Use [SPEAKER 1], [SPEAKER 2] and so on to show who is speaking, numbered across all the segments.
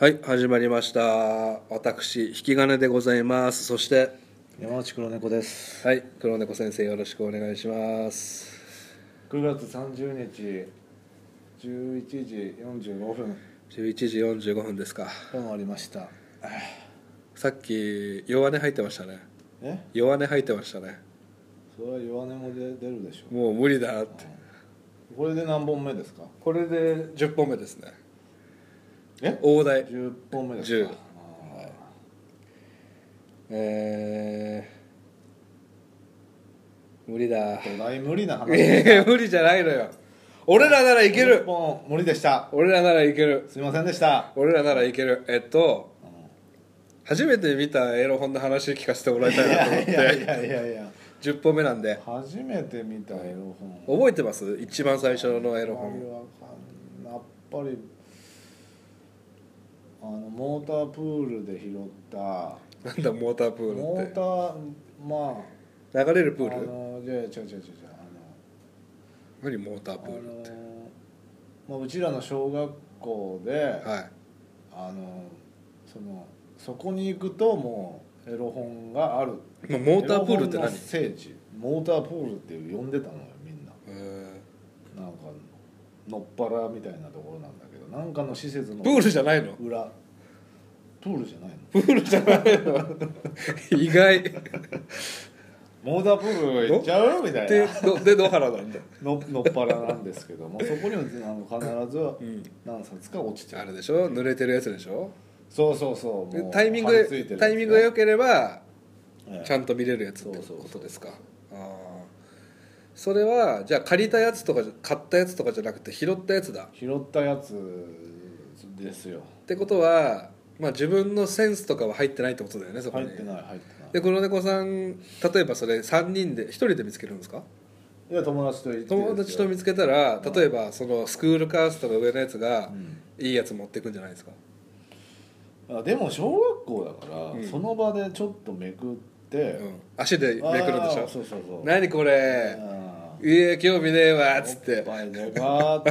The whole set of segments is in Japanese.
[SPEAKER 1] はい始まりました私引き金でございますそして
[SPEAKER 2] 山内黒猫です
[SPEAKER 1] はい黒猫先生よろしくお願いします
[SPEAKER 2] 9月30日11時45分
[SPEAKER 1] 11時45分ですか
[SPEAKER 2] 終わりました
[SPEAKER 1] さっき弱音入ってましたね
[SPEAKER 2] え
[SPEAKER 1] 弱音入ってましたね
[SPEAKER 2] それは弱音も出出るでしょ
[SPEAKER 1] もう無理だって
[SPEAKER 2] これで何本目ですか
[SPEAKER 1] これで10本目ですね
[SPEAKER 2] え
[SPEAKER 1] 大台
[SPEAKER 2] 10本目ですか
[SPEAKER 1] 10えー、無理だ
[SPEAKER 2] あー土台無理な 話
[SPEAKER 1] ええ 無理じゃないのよ俺らならいけ
[SPEAKER 2] 10
[SPEAKER 1] る
[SPEAKER 2] 本無理でした
[SPEAKER 1] 俺らならいける
[SPEAKER 2] すいませんでした
[SPEAKER 1] 俺らならいけるえっと
[SPEAKER 2] うん
[SPEAKER 1] 初めて見たエロ本の話聞かせてもらい
[SPEAKER 2] い
[SPEAKER 1] たいなと思
[SPEAKER 2] や
[SPEAKER 1] っ
[SPEAKER 2] いやい
[SPEAKER 1] て
[SPEAKER 2] やいやいや
[SPEAKER 1] 10本目なんで
[SPEAKER 2] 初めて見たエロ本
[SPEAKER 1] 覚えてます一番最初のエロ
[SPEAKER 2] あんまり
[SPEAKER 1] 本
[SPEAKER 2] わかんないやっぱりあのモータープールで拾った
[SPEAKER 1] なんだモータープー
[SPEAKER 2] モ
[SPEAKER 1] ル
[SPEAKER 2] ータ
[SPEAKER 1] っ
[SPEAKER 2] ーまあ
[SPEAKER 1] て流れるプ
[SPEAKER 2] あ
[SPEAKER 1] ール
[SPEAKER 2] のじゃあ違う違う違う違う
[SPEAKER 1] 無理モーター
[SPEAKER 2] あの
[SPEAKER 1] プールって
[SPEAKER 2] あの、まあ、うちらの小学校で、
[SPEAKER 1] はい
[SPEAKER 2] あのそのそこに行くともうエロ本がある
[SPEAKER 1] まあモータープールって
[SPEAKER 2] エロ本
[SPEAKER 1] 何
[SPEAKER 2] の聖地モータープールって呼んでたのよみんな
[SPEAKER 1] え
[SPEAKER 2] なんかのっぱらみたいなところなんだけどなんかの施設の
[SPEAKER 1] ープールじゃ ないの
[SPEAKER 2] 裏プールじゃないの
[SPEAKER 1] プールじゃないの意外
[SPEAKER 2] モータープール行っちゃうみたい
[SPEAKER 1] で
[SPEAKER 2] な
[SPEAKER 1] どで野原なんだ
[SPEAKER 2] ののっぱらなんですけどもそこにもあの必ず
[SPEAKER 1] うん
[SPEAKER 2] 何冊か落ちて
[SPEAKER 1] あ
[SPEAKER 2] る
[SPEAKER 1] れでしょ濡れてるやつでしょ
[SPEAKER 2] そうそうそう
[SPEAKER 1] で
[SPEAKER 2] もう
[SPEAKER 1] タイミング
[SPEAKER 2] 張り付いてるやつね
[SPEAKER 1] タイミングが良ければ
[SPEAKER 2] ええ
[SPEAKER 1] ちゃんと見れるやつって
[SPEAKER 2] そうそう
[SPEAKER 1] こ
[SPEAKER 2] そ
[SPEAKER 1] と
[SPEAKER 2] う
[SPEAKER 1] ですかああそれはじゃあ借りたやつとかじゃ買ったやつとかじゃなくて拾ったやつだっ
[SPEAKER 2] 拾ったやつですよ
[SPEAKER 1] てことは、まあ、自分のセンスとかは入ってないってことだよねそこ
[SPEAKER 2] 入
[SPEAKER 1] に
[SPEAKER 2] ってない入ってない
[SPEAKER 1] で黒猫さん例えばそれ3人で1人で見つけるんですか
[SPEAKER 2] いや友達と行って
[SPEAKER 1] 友達と見
[SPEAKER 2] つ
[SPEAKER 1] つけたら例えばそのスクールカーストの上のやつが
[SPEAKER 2] うん
[SPEAKER 1] いいやつ持ってくんじゃないですか
[SPEAKER 2] でも小学校だから、
[SPEAKER 1] うん
[SPEAKER 2] その場でちょっとめくって、
[SPEAKER 1] うん、足でめくるんでし
[SPEAKER 2] あー
[SPEAKER 1] ょ
[SPEAKER 2] そうそうそう
[SPEAKER 1] 何これ
[SPEAKER 2] あー
[SPEAKER 1] いえ興味ねえわっつっ
[SPEAKER 2] おってぱいでかーって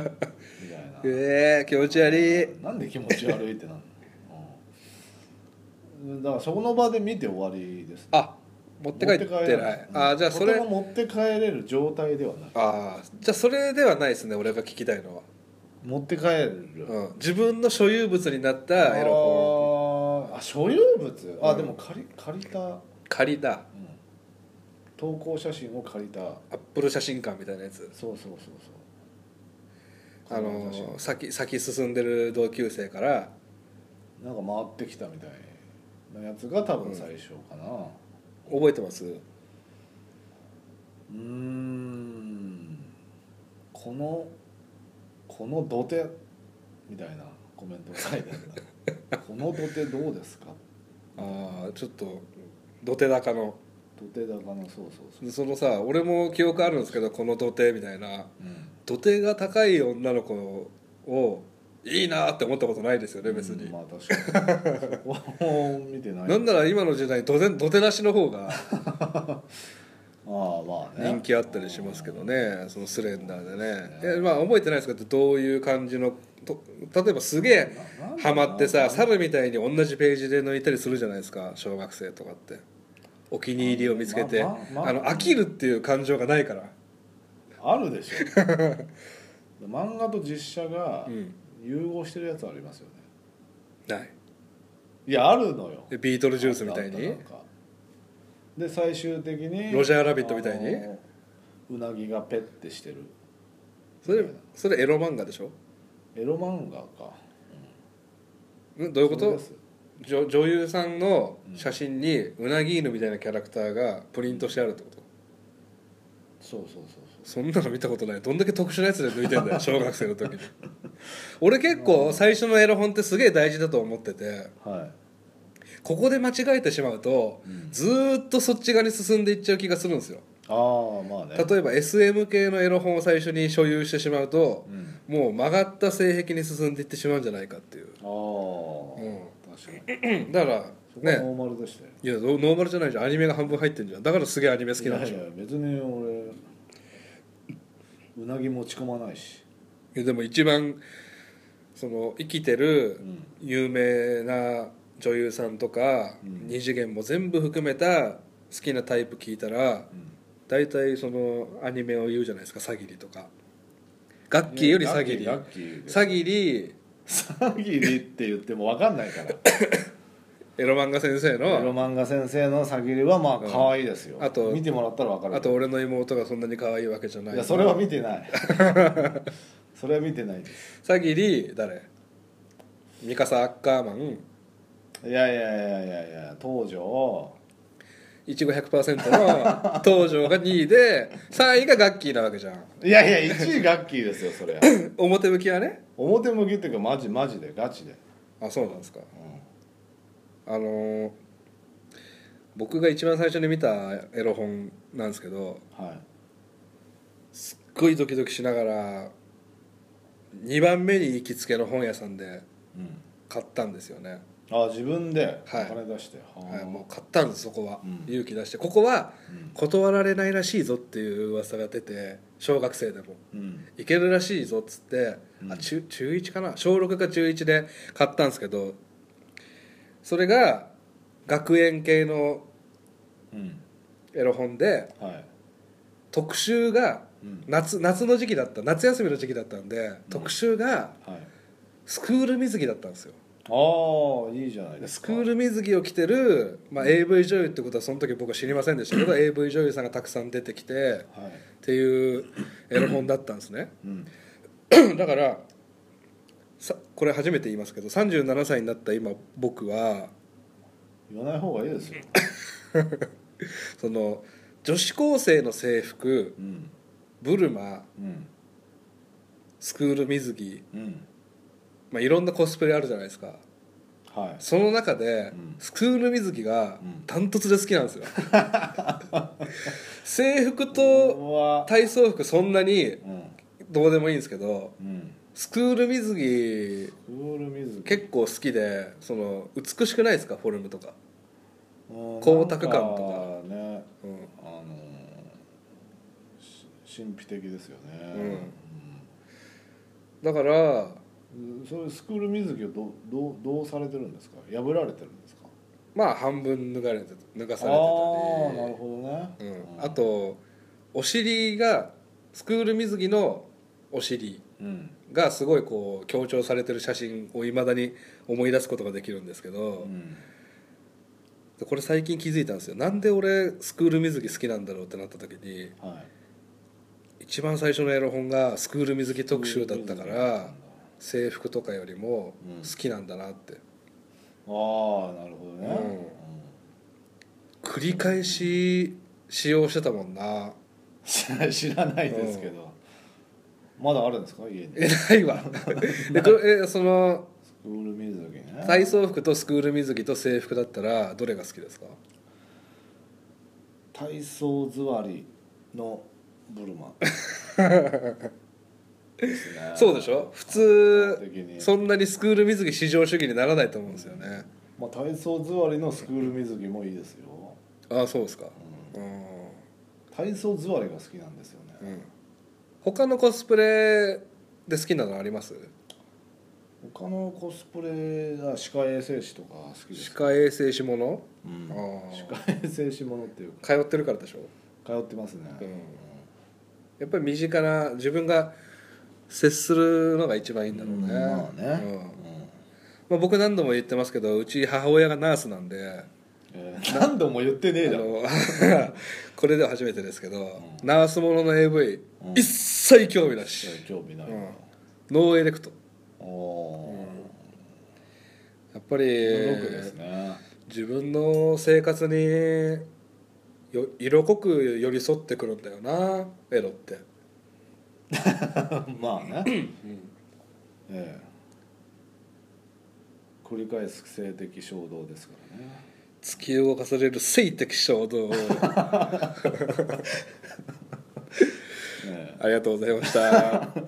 [SPEAKER 2] みたいな
[SPEAKER 1] ええ気持ち悪い
[SPEAKER 2] なんで気持ち悪いってなるの、うん、だからそこの場で見て終わりです
[SPEAKER 1] あ持って帰ってない
[SPEAKER 2] うん
[SPEAKER 1] あーじゃあそれ
[SPEAKER 2] とても持って帰れる状態ではない
[SPEAKER 1] ああじゃあそれではないですね俺が聞きたいのは、
[SPEAKER 2] 持って帰る、
[SPEAKER 1] うん、自分の所有物になったエロ本
[SPEAKER 2] あーあ所有物あ、
[SPEAKER 1] うん
[SPEAKER 2] でも借り借りた、うん、
[SPEAKER 1] 借りた
[SPEAKER 2] 投稿写真を借りた
[SPEAKER 1] アップル写真館みたいなやつ
[SPEAKER 2] そうそうそうそう
[SPEAKER 1] あのー先先進んでる同級生から
[SPEAKER 2] なんか回ってきたみたいなやつが多分最初かな
[SPEAKER 1] 覚えてます
[SPEAKER 2] うーんこのこの土手みたいなコメントが書いてあるなこの土手どうですか
[SPEAKER 1] ああちょっと土手高の
[SPEAKER 2] 土手高のそうそうそう、
[SPEAKER 1] そのさ俺も記憶あるんですけどこの土手みたいな
[SPEAKER 2] うん
[SPEAKER 1] 土手が高い女の子をいいなって思ったことないですよね別に、
[SPEAKER 2] うんまあ確かにそこはもう見てない
[SPEAKER 1] なんなら今の時代土手土手なしの方 が
[SPEAKER 2] ああまあね
[SPEAKER 1] 人気あったりしますけどねそのスレンダーでね
[SPEAKER 2] そうですね
[SPEAKER 1] えまあ覚えてないですけどどういう感じのと例えばすげえ
[SPEAKER 2] ななんだ
[SPEAKER 1] ハ
[SPEAKER 2] ろうな
[SPEAKER 1] マってさサブみたいに同じページで抜いたりするじゃないですか小学生とかってお気に入りを見つけて
[SPEAKER 2] まあまあまあ
[SPEAKER 1] あの飽きるっていう感情がないから
[SPEAKER 2] あるでし ょ漫画と実写が
[SPEAKER 1] うん
[SPEAKER 2] 融合してるやつありますよね
[SPEAKER 1] ない
[SPEAKER 2] いやあるのよ
[SPEAKER 1] でビートルジュースみたい
[SPEAKER 2] な
[SPEAKER 1] に
[SPEAKER 2] んかで最終的に
[SPEAKER 1] ロジャーラビットみたいに
[SPEAKER 2] あのうなぎがペッてしてる
[SPEAKER 1] それそれエロ漫画でしょ
[SPEAKER 2] エロ漫画か
[SPEAKER 1] んどういうこ
[SPEAKER 2] それ
[SPEAKER 1] と
[SPEAKER 2] です
[SPEAKER 1] 女女優さんの写真にうなぎ犬みたいなキャラクターがプリントしてあるってこと
[SPEAKER 2] そうそうそうそ
[SPEAKER 1] そんなの見たことないどんだけ特殊なやつで抜いてんだよ小学生の時に俺結構最初のエロ本ってすげえ大事だと思ってて
[SPEAKER 2] うはい
[SPEAKER 1] ここで間違えてしまうと、
[SPEAKER 2] うん
[SPEAKER 1] ずーっとそっち側に進んでいっちゃう気がするんですよ
[SPEAKER 2] ああまあね
[SPEAKER 1] 例えば SM 系のエロ本を最初に所有してしまうと
[SPEAKER 2] う、ん
[SPEAKER 1] もう曲がった性癖に進んでいってしまうんじゃないかっていう、
[SPEAKER 2] ああ、
[SPEAKER 1] う
[SPEAKER 2] 確かに
[SPEAKER 1] うんだから
[SPEAKER 2] そこは
[SPEAKER 1] ね
[SPEAKER 2] ノーマルでしたよ、
[SPEAKER 1] いやノノーマルじゃないじゃんアニメが半分入ってんじゃんだからすげえアニメ好きなんでしょ
[SPEAKER 2] い
[SPEAKER 1] い
[SPEAKER 2] や
[SPEAKER 1] や
[SPEAKER 2] いや別に俺うなぎ持ち込まないし
[SPEAKER 1] でも一番その生きてる
[SPEAKER 2] うん
[SPEAKER 1] 有名な女優さんとか、
[SPEAKER 2] うん
[SPEAKER 1] 二次元も全部含めた好きなタイプ聞いたら大体そのアニメを言うじゃないですか「サギリ」とか「ガッキー」より「サギリ」
[SPEAKER 2] ラッキー
[SPEAKER 1] 「サギリ」
[SPEAKER 2] サギリって言っても分かんない から
[SPEAKER 1] エロ漫画先生
[SPEAKER 2] エロ
[SPEAKER 1] の
[SPEAKER 2] 漫画先生のサギリはまあ可愛いですよ、
[SPEAKER 1] うんあと
[SPEAKER 2] 見てもらったら分かる
[SPEAKER 1] あと俺の妹がそんなに可愛いわけじゃない
[SPEAKER 2] いやそれは見てない それは見てないです
[SPEAKER 1] サギリ誰ミカサ・アッカーマン
[SPEAKER 2] いやいやいやいやいや東条
[SPEAKER 1] いちご100%の東條が2位で3位がガッキーなわけじゃん
[SPEAKER 2] いやいや1位ガッキーですよそ れ
[SPEAKER 1] 表向きはね
[SPEAKER 2] 表向きっていうかマジマジでガチで、
[SPEAKER 1] あそうなんですか
[SPEAKER 2] う
[SPEAKER 1] あのー僕が一番最初に見たエロ本なんですけど
[SPEAKER 2] んはい
[SPEAKER 1] すっごいドキドキしながら2番目に行きつけの本屋さんで
[SPEAKER 2] うん、
[SPEAKER 1] 買ったんですよね、
[SPEAKER 2] あ自分でお
[SPEAKER 1] はい
[SPEAKER 2] 金出して、はあ
[SPEAKER 1] はい、もう買ったんですそこは、
[SPEAKER 2] うん
[SPEAKER 1] 勇気出してここは
[SPEAKER 2] うん
[SPEAKER 1] 断られないらしいぞっていう噂が出て小学生でも
[SPEAKER 2] うん
[SPEAKER 1] いけるらしいぞっつって、
[SPEAKER 2] うん
[SPEAKER 1] あ中中1かな小6か中1で買ったんですけどそれが学園系の
[SPEAKER 2] うん
[SPEAKER 1] エロ本で
[SPEAKER 2] はい
[SPEAKER 1] 特集が
[SPEAKER 2] うん
[SPEAKER 1] 夏夏の時期だった夏休みの時期だったんで、特集が
[SPEAKER 2] はい
[SPEAKER 1] スクール水着だったんですよ
[SPEAKER 2] ああいいじゃないです
[SPEAKER 1] ス
[SPEAKER 2] か
[SPEAKER 1] クール水着を着てる、まあ、AV 女優ってことはその時僕は知りませんでしたけ ど AV 女優さんがたくさん出てきて
[SPEAKER 2] はい、
[SPEAKER 1] っていうエロ本だったんですね
[SPEAKER 2] うん、
[SPEAKER 1] だからさこれ初めて言いますけど37歳になった今僕は
[SPEAKER 2] 言わない方がいいですよ、
[SPEAKER 1] その女子高生の制服
[SPEAKER 2] うん
[SPEAKER 1] ブルマ
[SPEAKER 2] うん
[SPEAKER 1] スクール水着、
[SPEAKER 2] うん
[SPEAKER 1] まあ、いろんなコスプレあるじゃないですか
[SPEAKER 2] はい
[SPEAKER 1] その中で、
[SPEAKER 2] うん
[SPEAKER 1] スクール水着が
[SPEAKER 2] うん
[SPEAKER 1] ダントツで好きなん ですよ制服と
[SPEAKER 2] うわ
[SPEAKER 1] 体操服そんなに
[SPEAKER 2] うん
[SPEAKER 1] どうでもいいんですけど
[SPEAKER 2] うん
[SPEAKER 1] スクール水
[SPEAKER 2] クール水
[SPEAKER 1] 着
[SPEAKER 2] 着
[SPEAKER 1] 結構好きでその美しくないですかフォルムとか、
[SPEAKER 2] うん
[SPEAKER 1] 光沢感とか
[SPEAKER 2] なんね
[SPEAKER 1] うん、
[SPEAKER 2] あのーし神秘的ですよね、
[SPEAKER 1] だから
[SPEAKER 2] うんそれスクール水着をどどうどうされてるんですか破られてるんですか
[SPEAKER 1] まあ半分脱がれて脱がされてたり
[SPEAKER 2] ああなるほどね、
[SPEAKER 1] うん、あとお尻がスクール水着のお尻
[SPEAKER 2] うん
[SPEAKER 1] がすごいこう強調されてる写真をいまだに思い出すことができるんですけ
[SPEAKER 2] う
[SPEAKER 1] ど、
[SPEAKER 2] ん
[SPEAKER 1] これ最近気づいたんですよなんで俺スクール水着好きなんだろうってなった時に
[SPEAKER 2] はい
[SPEAKER 1] 一番最初のエロ本がスクール水着特集だったから制服とかよりも
[SPEAKER 2] うん
[SPEAKER 1] 好きなんだなって
[SPEAKER 2] ああなるほどね、
[SPEAKER 1] うん繰り返し使用してたもんな
[SPEAKER 2] うん知らないですけど、まだあるんですか家に
[SPEAKER 1] えないわえどえその
[SPEAKER 2] スクール水着ね
[SPEAKER 1] 体操服とスクール水着と制服だったらどれが好きですか
[SPEAKER 2] 体操座りのブルマですね
[SPEAKER 1] そうでしょ普通
[SPEAKER 2] 的に
[SPEAKER 1] そんなにスクール水着至上主義にならないと思うんですよね
[SPEAKER 2] まあ、体操座りのスクール水着もいいですよ、
[SPEAKER 1] ああそうですか
[SPEAKER 2] う
[SPEAKER 1] うん、
[SPEAKER 2] ん、体操座りが好きなんですよ
[SPEAKER 1] う
[SPEAKER 2] ね、
[SPEAKER 1] ん、他のコスプレで好きなのあります
[SPEAKER 2] 他のコスプレが歯科衛生士とか好きです
[SPEAKER 1] 歯科衛生士もの
[SPEAKER 2] うん
[SPEAKER 1] あ
[SPEAKER 2] 歯
[SPEAKER 1] ー
[SPEAKER 2] 科衛生士ものっていうか
[SPEAKER 1] 通ってるからでしょ
[SPEAKER 2] 通ってますね、
[SPEAKER 1] うんやっぱり身近な自分が接するのが一番いいんだろうね、
[SPEAKER 2] うんまあね、
[SPEAKER 1] う
[SPEAKER 2] うんん
[SPEAKER 1] まあ、僕何度も言ってますけどうち母親がナースなんで
[SPEAKER 2] えー何度も言ってねえ
[SPEAKER 1] あ
[SPEAKER 2] だろ
[SPEAKER 1] の これでは初めてですけど、
[SPEAKER 2] う
[SPEAKER 1] ナースものの AV、
[SPEAKER 2] うん
[SPEAKER 1] 一切興味なし、
[SPEAKER 2] 興味ないな、
[SPEAKER 1] うんノーエレクト
[SPEAKER 2] おー
[SPEAKER 1] やっぱり
[SPEAKER 2] 驚くですね、
[SPEAKER 1] 自分の生活によ色濃く寄り添ってくるんだよなエロって、
[SPEAKER 2] まあね、
[SPEAKER 1] うん
[SPEAKER 2] ええ繰り返す性的衝動ですからね
[SPEAKER 1] 突き動かされる性的衝動
[SPEAKER 2] ええ
[SPEAKER 1] ありがとうございました